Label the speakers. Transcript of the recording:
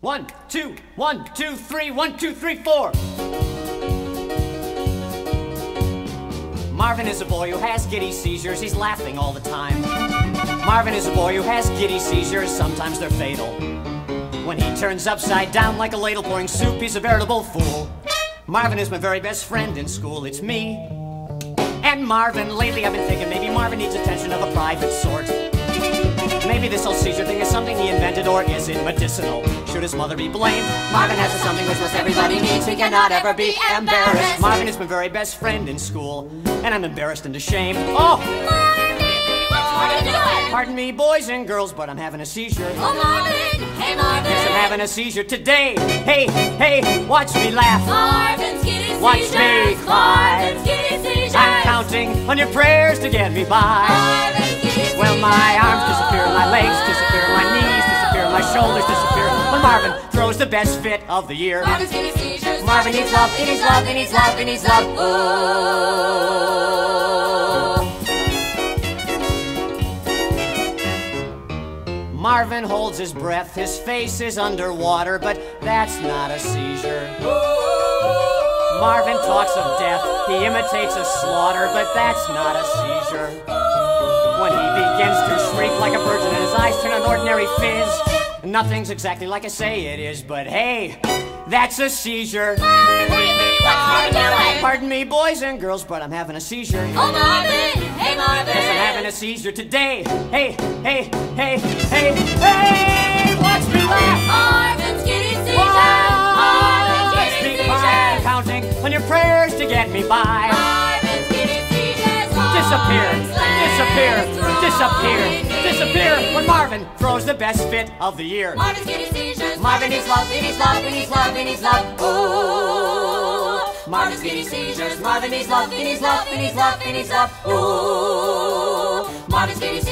Speaker 1: One, two, one, two, three, one, two, three, four. Marvin is a boy who has giddy seizures. He's laughing all the time. Marvin is a boy who has giddy seizures. Sometimes they're fatal. When he turns upside down like a ladle pouring soup, he's a veritable fool. Marvin is my very best friend in school. It's me and Marvin. Lately, I've been thinking maybe Marvin needs attention of a private sort. Maybe this whole seizure thing is something he invented, or is it medicinal? Should his mother be blamed? Marvin has a something which most everybody needs. He cannot ever be embarrassed. Marvin is my very best friend in school, and I'm embarrassed and ashamed. Oh,
Speaker 2: Marvin, what are you doing?
Speaker 1: pardon me, boys and girls, but I'm having a seizure.
Speaker 2: Oh, Marvin! Hey, Marvin!
Speaker 1: Yes, I'm having a seizure today. Hey, hey, watch me laugh.
Speaker 2: Marvin's getting
Speaker 1: Watch me
Speaker 2: seizures.
Speaker 1: climb.
Speaker 2: Marvin's getting seizures.
Speaker 1: I'm counting on your prayers to get me by.
Speaker 2: Marvin's getting
Speaker 1: Well, my
Speaker 2: seizures.
Speaker 1: arms disappear, my legs disappear, my knees disappear, my shoulders disappear. When Marvin throws the best fit of the year.
Speaker 2: Marvin's getting seizures.
Speaker 1: Marvin needs love, he needs love, he needs love, he needs love. Ooh. Marvin holds his breath, his face is underwater, but that's not a seizure. Marvin talks of death, he imitates a slaughter, but that's not a seizure. When he begins to shriek like a virgin and his eyes turn an ordinary fizz, nothing's exactly like I say it is, but hey, that's a seizure.
Speaker 2: Marvin, what's Marvin doing?
Speaker 1: Pardon me, boys and girls, but I'm having a seizure.
Speaker 2: Oh, Marvin! Hey, Marvin!
Speaker 1: I'm having a seizure today. Hey, hey, hey, hey, hey! Watch me laugh!
Speaker 2: Marvin's getting seizures. Marvin's
Speaker 1: Watch
Speaker 2: getting
Speaker 1: me
Speaker 2: seizures.
Speaker 1: cry, counting on your prayers to get me by.
Speaker 2: Marvin's getting seizures.
Speaker 1: disappear,
Speaker 2: Arms, legs,
Speaker 1: disappear,
Speaker 2: drawing
Speaker 1: disappear,
Speaker 2: knees.
Speaker 1: disappear when Marvin throws the best fit of the year.
Speaker 2: Marvin's getting seizures.
Speaker 1: Marvin needs love, he needs love, he needs love, he needs love. Ooh.
Speaker 2: Marvin's getting seizures. Marvin needs love, he needs love, he needs love, he needs love. Ooh. Marvin's getting